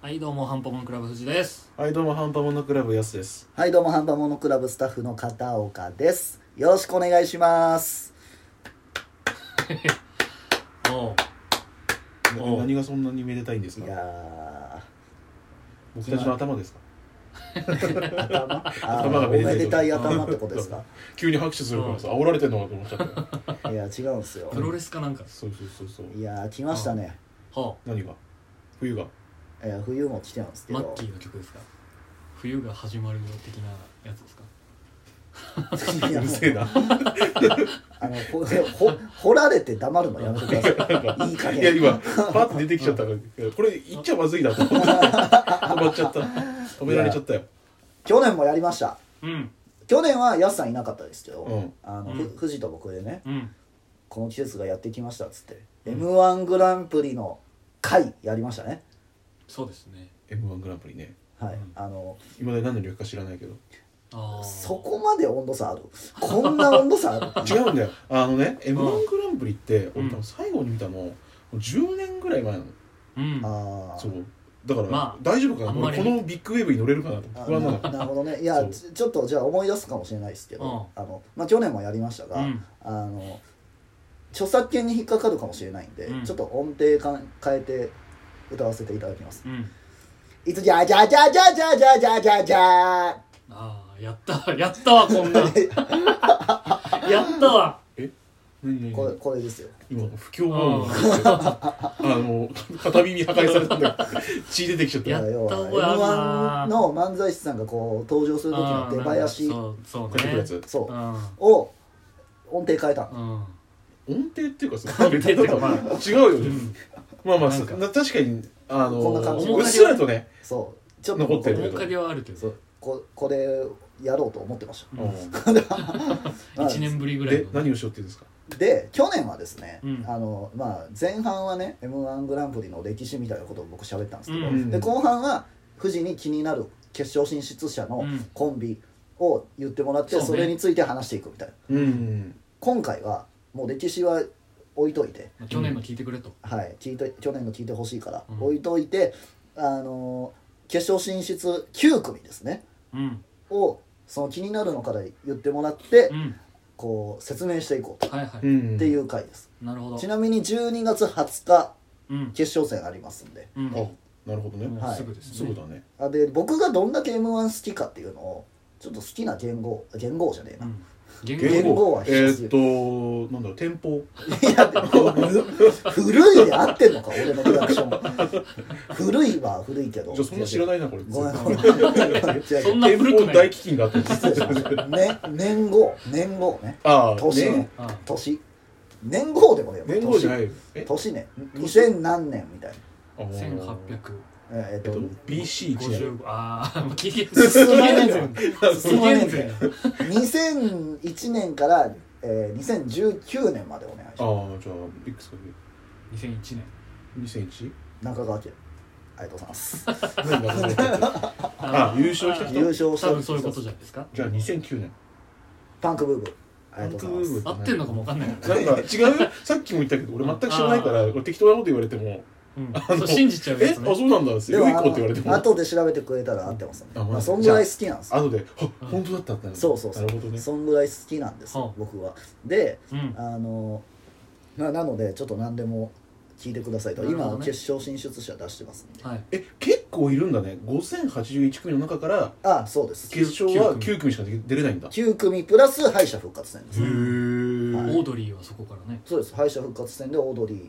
はいどうもハンパモンクラブ藤ですはいどうもハンパモノクラブやすですはいどうもハンパモノクラブスタッフの片岡ですよろしくお願いしますおうなおう何がそんなにめでたいんですいかや僕たちの頭ですかー 頭あー頭がおめでたいめでたい頭ってことで すか急に拍手するからさ煽られてんのかと思っちゃったよいや違うんですよプロレスかなんかそうそうそうそういやー来ましたねは何が冬がいや冬も来てますあけマッどキーの曲ですか冬が始まるよ的なやつですかいうやるもうせえ なあのほほ 掘られて黙るのやめてくださいいい加いや減今パッと出てきちゃったからいやこれ言っちゃまずいなと 思って止まっちゃった止められちゃったよ去年もやりましたうん去年はやすさんいなかったですけど、うんあのうんふ藤と僕でねうんこの季節がやってきましたっつって、m 1グランプリの回やりましたねそうですね M1 グランプリねはい、うんあの今まで何の略か知らないけどああそこまで温度差あるこんな温度差あ る違うんだよあのね M1 グランプリってうん俺多分最後に見たのもう10年ぐらい前なのうんああそうだから、まあ大丈夫かあなんま俺りこのビッグウェーブに乗れるかなとあ不安なのななるほどねいやそうちちょっとじゃあ思い出すかもしれないですけど、うあのまあ、去年もやりましたが、うんあの著作権に引っかかるかもしれないんで、うんちょっと音程か変えて歌わせていただきますうん「いつじゃじゃじゃじゃじゃじゃじゃじゃじゃああやったやったわこんなんやったわ何何」これこれですよ今不協和音があの片耳破壊されたんだけど血出てきちゃやったっだから要たは覚えあるな M1 の漫才師さんがこう登場する時あのー出囃子なんかそうそう出てくるねやつそううんを音程変えたのうん音程っていうかさ音程っていうかまあ違うよね、うんまあまあなんかな確かにあのこんな感じうっすらとね、そうちょっと残ってるけ面ど影はあるけどそうここれやろうと思ってましうんうた1年ぶりぐんらいでの何をしようっていうんですかで去年はですね、うんあのまあ、前半はね m 1グランプリの歴史みたいなことを僕喋ったんですけど、うんで後半は富士に気になる決勝進出者のうんコンビを言ってもらって、そうねそれについて話していくみたいうなん今回はもう歴史は置いといて、まあ去年の聞いてくれとはい、聞いて去年の聞いてほしいから、うん置いといてあの決勝進出9組ですねうんをその気になるのから言ってもらって、うんこう説明していこうとはいはういんっていう回です、なるほどちなみに12月20日うん決勝戦ありますんでうんあなるほどね、もうはいすぐですそうねだねあで僕がどんだけ m 1好きかっていうのをちょっと好きな言語言語じゃねえうな、ん言語言語はえ必須ー、っとなんだろう店舗いやでも古いで合ってんのか俺のリアクション古いは古いけどじゃあそんな知らいないなこれごめん店ごめん違うそんな古く舗ない大飢饉があったんです失礼しましたね年号年号ねああ年ねねああ年年号でもねえわ年号じゃないよえ年ね2000何年みたいなあのー1800えーえっえっとと BC1 年55ああ紀元進まねえ紀ぞ元前進まねえぞ紀元前2001年から、えー、2019年までお願いしあまあじゃあいくつか2001年2センチす中川家ありがとうございます何が何 だっけあ優勝した人優勝した多分そういうことじゃないですかじゃあ2009年パンクブーブーありがとうございますパ合ってんのかもわかんないかなんか違うさっきも言ったけど俺全く知らないからあーこれ適当なこと言われてもらうんそう信じちゃ「うえやあつねそうなんだ」って「でよいもこあう」って言われてのも後で調べてくれたら合ってますね、あマジまあ、そんぐらい好きなんですよ後で「あ本当だった」ってなるそうそうそう、なるほどねそんぐらい好きなんですよ、はあ僕はでうんあのまあなのでちょっと何でも聞いてくださいと、なるほど今ね決勝進出者出してますんではいえ結構いるんだね5081組の中からああそうです決勝は九9組しか出れないんだへ9組プラス敗者復活戦ですへオえードリーはそこからねそうです敗者復活戦でオードリー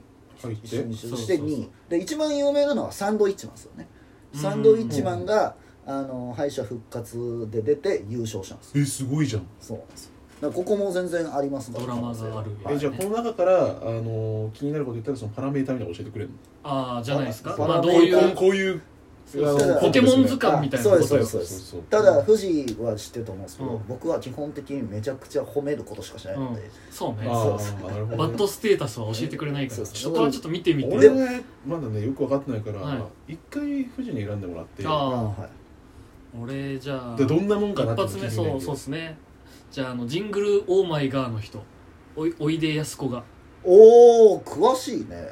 入っ進て出してそうそうそう2位で一番有名なのはサンドイッチマンですよねサンドイッチマンがあの敗者復活で出て優勝したんですよえすごいじゃんそうなんですよだからここも全然ありますからドラマがある可能性はえじゃあこの中からあのー気になること言ったらそのパラメーターみたいなの教えてくれるのああじゃないですかあまあどうパラメータいこううこういうそうそうあのポケモンコントです図ね鑑みたいなことよあそうですそうですそうそうそうただ藤井は知ってると思うんですけど、うん僕は基本的にめちゃくちゃ褒めることしかしないので、そうねあそうーなるほどねバッドステータスは教えてくれないからそうそこはちょっと見てみて俺ねまだねよく分かってないから、は一回富士に選んでもらってあああはい俺じゃあでどんなもんか一なって発目そうそううですねじゃああのジングル「オーマイガー」の人おいおいでやすこがおお詳しいね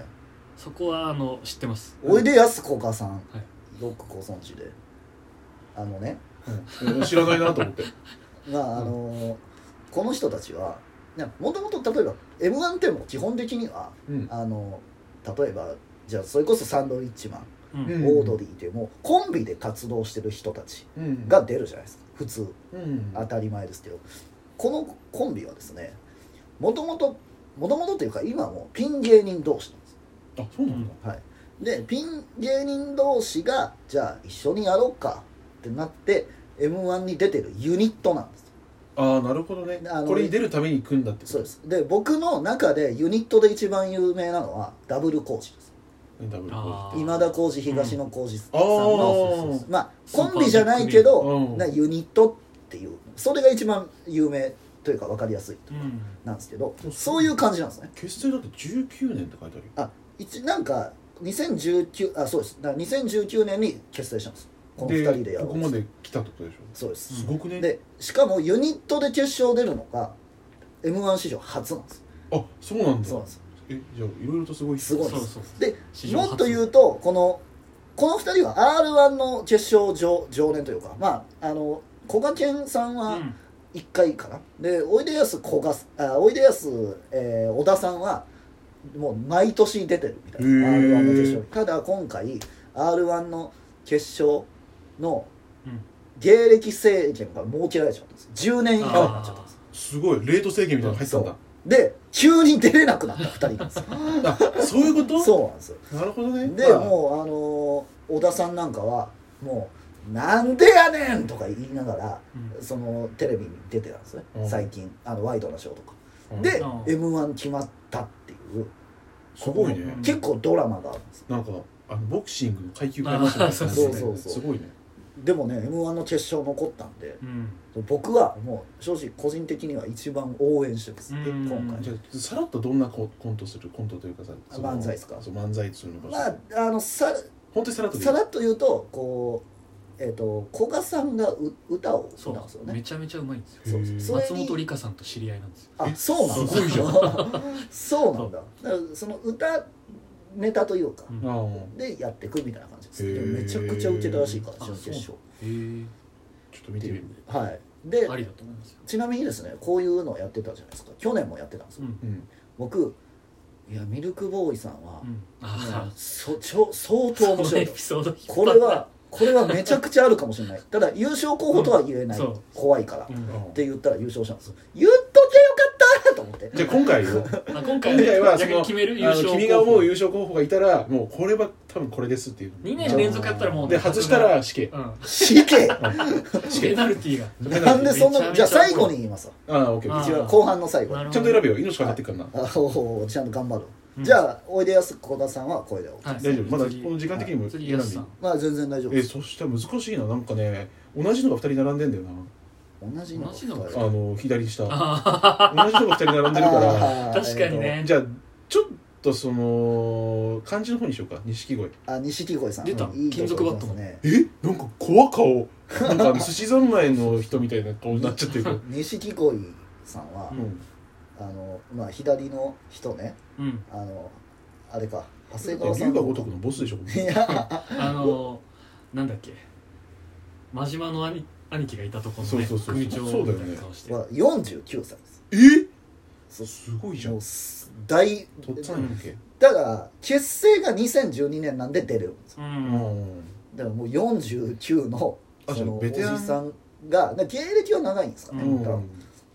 そこはあの知ってますおいでやすこがさん、はいロックご存知であのねうん知らないなと思ってまああのーこの人たちはもともと例えば m 1っても基本的にはうんあの例えばじゃあそれこそサンドウィッチマン、うんうんオードリーっていうもうコンビで活動してる人たちうんが出るじゃないですか普通うん当たり前ですけどこのコンビはですねもともともともとというか今はもうピン芸人同士なんですあそうなんだはい、でピン芸人同士がじゃあ一緒にやろうかってなって m 1に出てるユニットなんですああなるほどねあのこれに出るために組んだってことそうですで僕の中でユニットで一番有名なのはダブルコーチですねダブルコーあー今田耕司東野耕司さんああの、ーまあコンビじゃないけど、うんなユニットっていうそれが一番有名というか分かりやすいうんなんですけどそうそういう感じなんですね結成だって19年って書いてあるよあ一なんか2019あそうですだから2019年に結成したんですこの2人でやろうことこまで来たってことでしそうですょ、すごくねでしかもユニットで決勝出るのが m 1史上初なんですあそうなんだそうなんですえじゃあいろいろとすごいすごいそうですそうで史上初もっと言うとこのこの2人は r 1の決勝常常連というかまああのこがけんさんうはん1回かな、でおいでやすこがあおいでやす、えー小田さんはもう毎年出てるみたいなへー r 1の決勝にただ今回 r 1の決勝のうん芸歴制限が設けられちゃったんです10年以下になっちゃったんですすごいレート制限みたいなの入ってたんだで急に出れなくなった2人なんですよあそういうことそうなんですよなるほどねでもうあのー小田さんなんかはもう「なんでやねん!」とか言いながらうんそのテレビに出てたんですね、うん最近あのワイドなショーとか、うんで、うん m 1決まったっていうすごいこねこ結構ドラマがあるんですなんかあのボクシングの階級変えましたみたいなそうそうそうすごいねでもね m 1の決勝残ったんでうん僕はもう正直個人的には一番応援してます、うん今うんじ回ゃあさらっとどんなココントするコントというかさその漫才ですかそう漫才するのかまああのさ本当にさらっとでいいさらっと言うとこうえっ、と古賀さんがう歌を歌そうんですようねめちゃめちゃうまいんですよへーそれに松本里香さんと知り合いなんですよあそうなんだすごいじゃ そうなんだだからその歌ネタというか、うんああでやっていくみたいな感じですへでーもめちゃくちゃ受けたらしいからあ準決勝へちょっと見てみるねはいでえありだと思いますよちなみにですねこういうのをやってたじゃないですか去年もやってたんですようんうん僕いやミルクボーイさんはう、んもうあそちょ相あ当そ面の白エいピソード引っ張 こったれはこれはめちゃくちゃあるかもしれないただ優勝候補とは言えない、うんそう怖いから、うっんああて言ったら優勝したんですよ言っときゃよかったと思ってじゃあ今回はまあ今回今回はそ逆のに決める優あ勝候の補君が思う優勝候補がいたらもうこれは多分これですっていう2年連続やったらもうで外したら死刑うん 死刑ペナルティーがなんでそんめちゃめなちゃじゃあ最後に言いますわああオッケーオッケ一ー応後半の最後なるほどちゃんと選べよ命かかってっからなあおおちゃんと頑張ろう、うんじゃあおいでやすこださんは声でお、はい大丈夫まだ次この時間的にも選ん次でいい安さんまあ全然大丈夫えですそしたら難しいななんかね同じのが2人並んでんだよな同じの同じのかあの 左下同あじのが2人並んでるかあー確かにねらじゃあちょっとその漢字の方にしようか錦鯉えーとあ錦鯉さん出たいいとこ金属バットマン行きますねえなんか怖顔なんかあの寿司三昧の人みたいな顔になっちゃって るから錦鯉さんは、うんあのまあ左の人ねーうんあのあれか長龍谷が川さんの如くのボスでしょこれ いやあのーなんだっけ真島の兄兄貴がいたとこそろうのねそうそう組長そうだみよねたいな顔しては49歳ですえそうすごいじゃもんうす大とっつぁんやっけだから結成が2012年なんで出れるんですよううんんだからもう49のあそのじゃあベテランおじさんがだから芸歴は長いんですかね、うんだか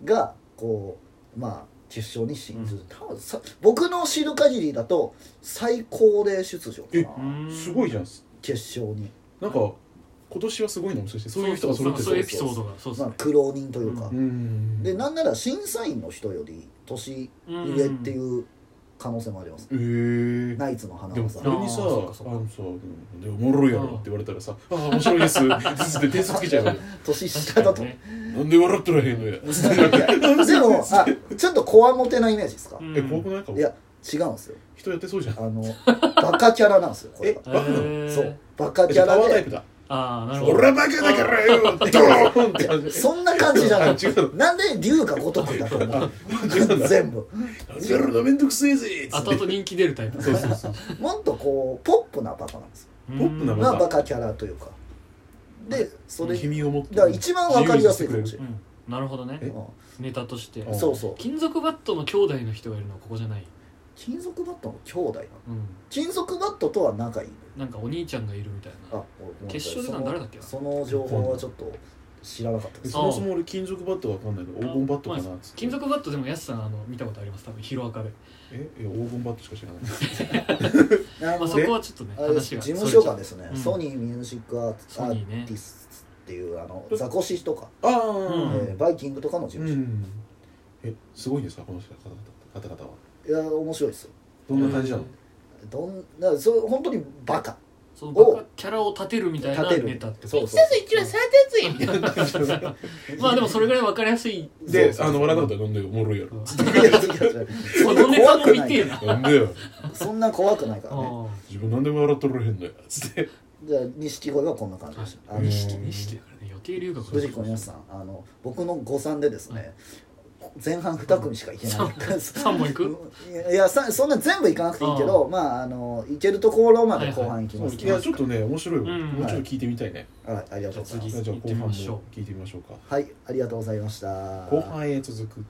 らがこうまあ決勝に進出、多分さ僕の知る限りだと最高齢出場かうなんすごいじゃん決勝に、なんか今年はすごいのもしかしてそういう人が揃ってそうそうそうそういうエるピソードがそうですまあね、苦労人というか、うんでなんなら審査員の人より年上っていう可能性もあります、えーナイツの花で輪もさんこれにさ「ああーそうかそうかのさうんでおもろいやろ」って言われたらさ「ああ面白いです」つって点数つけちゃう のよ年確下かだにと、ねなんで笑ってらへんのやいや でもあちょっとこわもてなイメージですか、え怖くないかいや違うんですよ人やってそうじゃんあのバカキャラなんですよこれがバカなのへーそうバカえキじゃャあパワラータイでプだああなるほど俺はバカだからよ ドーンって感じそんな感じじゃなあい 違うなんで龍が如くだと 思う全部なんでやるのめんどくせえぜっつって後々人気出るタイプそうそうそうもっとこうポップなバカなんですよポップなまあバカキャラというかでそれだ君をもっとから一番わかりやすいこっちう、んなるほどねえうんネタとしてうんそうそう金属バットの兄弟の人がいるのはここじゃない、金属バットの兄弟なのうん、金属バットとは仲いいのよなんかお兄ちゃんがいるみたいなあ俺ごめんなさい決勝出たの誰だっけなそのその情報はちょっと知らなかったですそもそも俺金属バットわかんないけど黄金バットかなまあっつって金属バットでもやすさんあの見たことあります多分ヒロアカで、ええ黄金バットしか知らないあまのあ、そこはちょっとねあれです話事が務所がですすね、うんソニーミュージックアーツアソーニーねティスっていうあのザコシとか、あうんあえーバイキングとかの事う務所、んえすごいんですかこの人方々方々はいや面白いですよどんな感じなのどんだからそれ本当にバカそのバカキャラを立てるみたいな立てるネタってことそうそう一番最低つい まあでもそれぐらいわかりやすいでそうそうあの笑うことは飲んでおもろいや ろそいやいやいやいやのネタも見てえななんでよそんな怖くないからねあ自分なんでも笑っとられへんだよつってじゃあ錦鯉はこんな感じでしたああの錦うん錦だからね余計留学藤子のやすさんあの僕の誤算でですね前半2組しか行けない3本いくいやさそんな全部行かなくていいけどまああの行けるところまで後半行きますいねやちょっとね面白いわうんもうちょっと聞いてみたいねはいありがとうございまじすゃあ次じゃあ行って後み半もましょう聞いてみましょうかはいありがとうございました後半へ続く